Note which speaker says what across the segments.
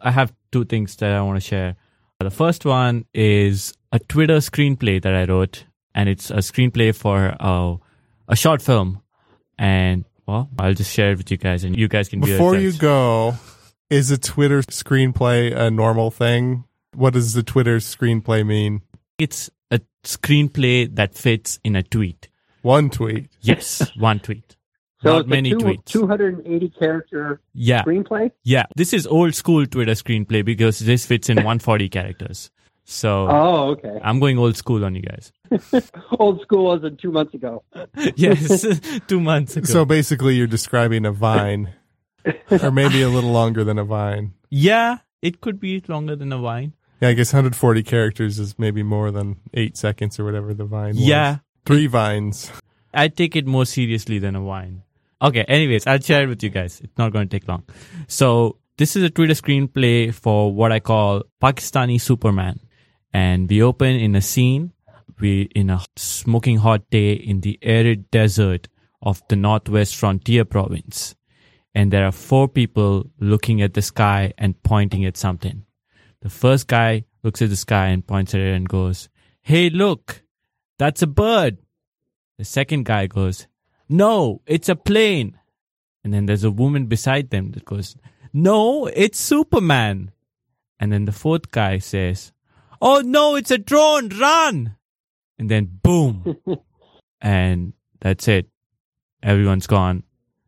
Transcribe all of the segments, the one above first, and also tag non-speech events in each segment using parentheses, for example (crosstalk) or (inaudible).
Speaker 1: I have two things that I want to share. The first one is a Twitter screenplay that I wrote, and it's a screenplay for uh, a short film. And well, I'll just share it with you guys, and you guys can be
Speaker 2: Before
Speaker 1: the
Speaker 2: you
Speaker 1: judge.
Speaker 2: go, is a Twitter screenplay a normal thing? What does the Twitter screenplay mean?
Speaker 1: It's a screenplay that fits in a tweet.
Speaker 2: One tweet.
Speaker 1: Yes, (laughs) one tweet.
Speaker 3: So
Speaker 1: Not
Speaker 3: it's
Speaker 1: many
Speaker 3: a two,
Speaker 1: tweets.
Speaker 3: 280 character
Speaker 1: Yeah,
Speaker 3: screenplay.
Speaker 1: yeah. This is old school Twitter screenplay because this fits in 140 characters. So
Speaker 3: Oh, okay.
Speaker 1: I'm going old school on you guys. (laughs)
Speaker 3: Old school as in two months ago.
Speaker 1: yes, (laughs) two months ago.
Speaker 2: So basically, you're describing a
Speaker 3: (laughs)
Speaker 2: vine, or maybe a little longer than a vine.
Speaker 1: yeah, it could be longer than a vine.
Speaker 2: Yeah, I guess 140 characters is maybe more than eight seconds or whatever the vine was.
Speaker 1: Yeah,
Speaker 2: Three vines.
Speaker 1: I take it more seriously than a wine. Okay, anyways, I'll share it with you guys. It's not going to take long. So, this is a Twitter screenplay for what I call Pakistani Superman. And we open in a scene. We in a smoking hot day in the arid desert of the northwest frontier province. And there are four people looking at the sky and pointing at something. The first guy looks at the sky and points at it and goes, Hey, look, that's a bird. The second guy goes, No, it's a plane. And then there's a woman beside them that goes, No, it's Superman. And then the fourth guy says, Oh no, it's a drone, run. And then boom. and that's it. Everyone's gone.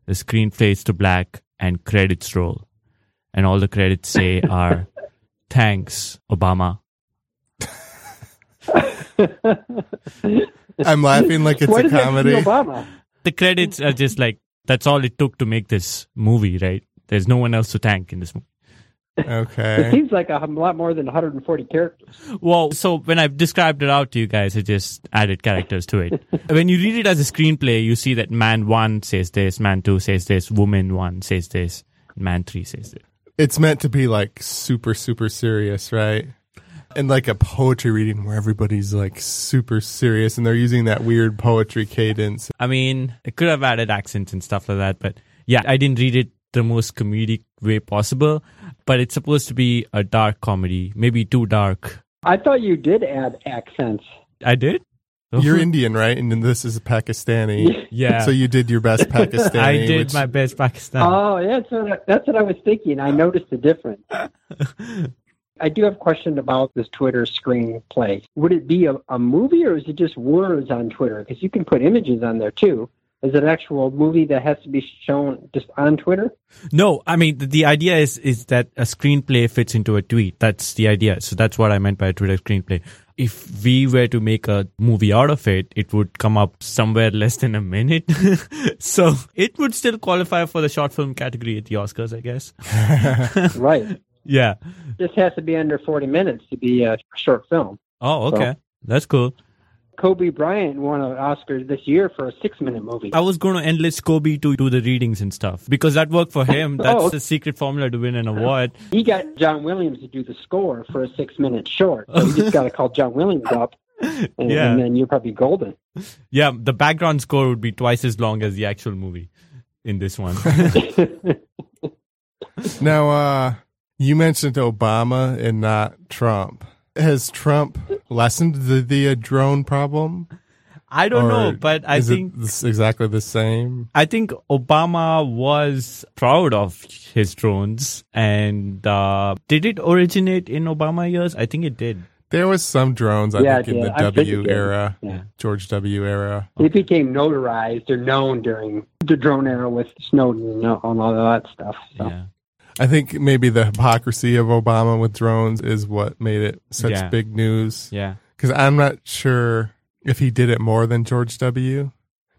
Speaker 1: The screen fades to black and credits roll. And all the credits say are, Thanks, Obama.
Speaker 2: I'm laughing like it's
Speaker 3: Why
Speaker 2: a
Speaker 3: does that
Speaker 2: comedy.
Speaker 3: be Obama?
Speaker 1: the credits are just like that's all it took to make this movie, right? There's no one else to thank in this movie.
Speaker 3: (laughs) It
Speaker 2: Okay.
Speaker 3: seems like a lot more than 140 characters.
Speaker 1: Well, so when I've described it out to you guys, I just added characters to
Speaker 2: (laughs)
Speaker 1: it. when you read it as a screenplay, you see that man one says this, man two says this, woman one says this, man three says this.
Speaker 2: It's meant to be like super, super serious, right? And like a poetry reading where everybody's like super serious and they're using that weird poetry cadence.
Speaker 1: (laughs) I mean, I could have added accents and stuff like that, but yeah, I didn't read it the most comedic way possible. But it's supposed to be a dark comedy, maybe too dark.
Speaker 3: I thought you did add accents.
Speaker 1: I did.
Speaker 2: You're Indian, right? And then this is Pakistani.
Speaker 1: (laughs) yeah.
Speaker 2: So you did your best
Speaker 1: (laughs) (laughs)
Speaker 2: Pakistani.
Speaker 1: I did
Speaker 2: which-
Speaker 1: my best Pakistan.
Speaker 3: Oh, yeah, that's what I, that's what I was thinking. I noticed the difference. I do have a question about this Twitter screenplay. Would it be a, a movie or is it just words on Twitter? Because you can put images on there too. Is it an actual movie that has to be shown just on Twitter?
Speaker 1: No, I mean the, the idea is is that a screenplay fits into a tweet. That's the idea. So that's what I meant by a Twitter screenplay. If we were to make a movie out of it, it would come up somewhere less than a minute. (laughs) so it would still qualify for the short film category at the Oscars, I guess.
Speaker 3: right.
Speaker 1: Yeah.
Speaker 3: This has to be under 40 minutes to be a short film.
Speaker 1: Oh, okay. That's cool.
Speaker 3: Kobe Bryant won an Oscar this year for a six minute movie.
Speaker 1: I was going to enlist Kobe to do the readings and stuff because that worked for him. That's the secret formula to win an award.
Speaker 3: He got John Williams to do the score for a six minute short. So you just got to call John Williams
Speaker 1: (laughs)
Speaker 3: up, and,
Speaker 1: Yeah.
Speaker 3: and then you're probably golden.
Speaker 1: Yeah, the background score would be twice as long as the actual movie in this one.
Speaker 2: Now, uh, you mentioned Obama and not Trump. Has Trump lessened the, the uh, drone problem?
Speaker 1: I don't know,
Speaker 2: Or
Speaker 1: but I
Speaker 2: is it
Speaker 1: think
Speaker 2: this- exactly the same.
Speaker 1: I think Obama was proud of his drones, and uh, did it originate in Obama years? I think it did.
Speaker 2: There was some drones, I
Speaker 3: Yeah,
Speaker 2: think, in
Speaker 3: yeah,
Speaker 2: the
Speaker 3: I think it
Speaker 2: W
Speaker 3: did.
Speaker 2: era,
Speaker 3: Yeah.
Speaker 2: George W era.
Speaker 3: It became notarized or known during the drone era with Snowden and all all of that stuff.
Speaker 2: Oh.
Speaker 3: So.
Speaker 1: Yeah,
Speaker 2: I think maybe the hypocrisy of Obama with drones is what made it such
Speaker 1: Yeah.
Speaker 2: big news.
Speaker 1: yeah.
Speaker 2: Because I'm not sure if he did it more than George W.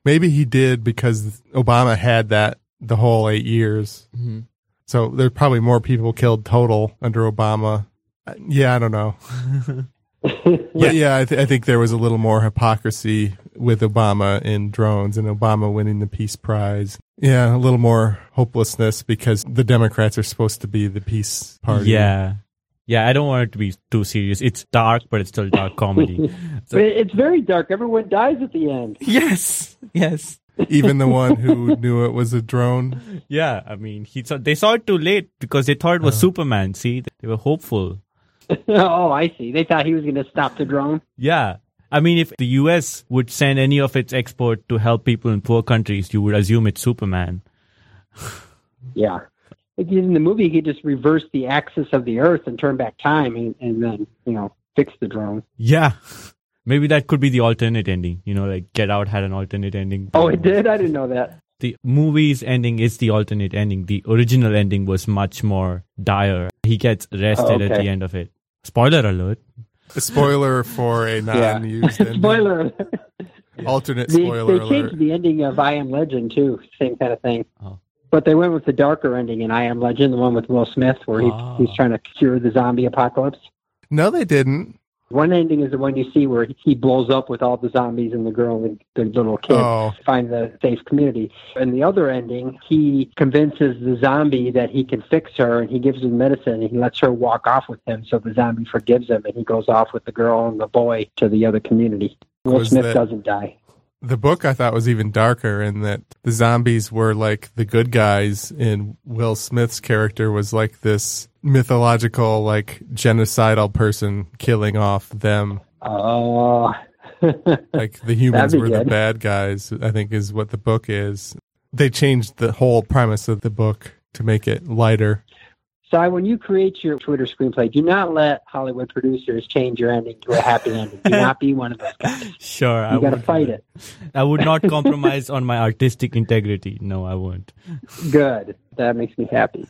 Speaker 2: Maybe he did because Obama had that the whole eight years.
Speaker 1: Mhm.
Speaker 2: So there's probably more people killed total under Obama. Uh, Yeah, I don't
Speaker 3: (laughs)
Speaker 2: know. But yeah, I, th- I think there was a little more hypocrisy with Obama in drones and Obama winning the Peace Prize. Yeah, a little more hopelessness because the Democrats are supposed to be the peace party.
Speaker 1: Yeah, yeah. I don't want it to be too serious. It's dark, but it's
Speaker 2: (laughs)
Speaker 1: still dark comedy.
Speaker 3: But it's very dark. Everyone dies at the end. (laughs)
Speaker 1: yes, yes.
Speaker 2: (laughs) Even the one who knew it was a drone.
Speaker 1: Yeah, I mean, he saw, they saw it too late because they thought it
Speaker 2: Uh-huh.
Speaker 1: was Superman. See, they were hopeful.
Speaker 3: oh, I see. They thought he was going to stop the drone.
Speaker 1: Yeah. I mean, if the US would send any of its export to help people in poor countries, you would assume it's Superman.
Speaker 3: Yeah. Like in the movie, he just reversed the axis of the Earth and turned back time, and, and then you know fixed the drone.
Speaker 1: Yeah. (laughs) Maybe that could be the alternate ending. You know, like Get Out had an alternate ending.
Speaker 3: Oh, it did. I didn't know that.
Speaker 1: The movie's ending is the alternate ending. The original ending was much more dire. He gets arrested at
Speaker 3: okay.
Speaker 1: the end of it. Spoiler alert.
Speaker 2: A spoiler for a non-used ending.
Speaker 3: (laughs) spoiler. alert.
Speaker 2: alternate
Speaker 3: They,
Speaker 2: spoiler
Speaker 3: they
Speaker 2: alert.
Speaker 3: changed the ending of I Am Legend too. Same kind of thing.
Speaker 1: Oh.
Speaker 3: But they went with the darker ending in I Am Legend, the one with Will Smith, where he,
Speaker 1: Ah.
Speaker 3: he's trying to cure the zombie apocalypse.
Speaker 2: No, they didn't.
Speaker 3: One ending is the one you see where he blows up with all the zombies and the girl and the little kid.
Speaker 2: Oh,
Speaker 3: find the safe community. And the other ending, he convinces the zombie that he can fix her and he gives her medicine and he lets her walk off with him. So the zombie forgives him and he goes off with the girl and the boy to the other community. Will
Speaker 2: Was
Speaker 3: Smith
Speaker 2: that-
Speaker 3: doesn't die.
Speaker 2: the book I thought was even darker in that the zombies were like the good guys, and Will Smith's character was like this mythological, like genocidal person killing off them.
Speaker 3: Oh. (laughs)
Speaker 2: Like the humans
Speaker 3: be
Speaker 2: were the
Speaker 3: good.
Speaker 2: bad guys. I think is what the book is. They changed the whole premise of the book to make it lighter.
Speaker 3: so when you create your Twitter screenplay, do not let Hollywood producers change your ending to a happy ending.
Speaker 2: (laughs)
Speaker 3: Do not be one of those guys.
Speaker 1: Sure. I
Speaker 3: You got to
Speaker 1: would,
Speaker 3: fight it.
Speaker 1: I would not compromise on my artistic integrity. No, I won't.
Speaker 3: Good. That makes me happy.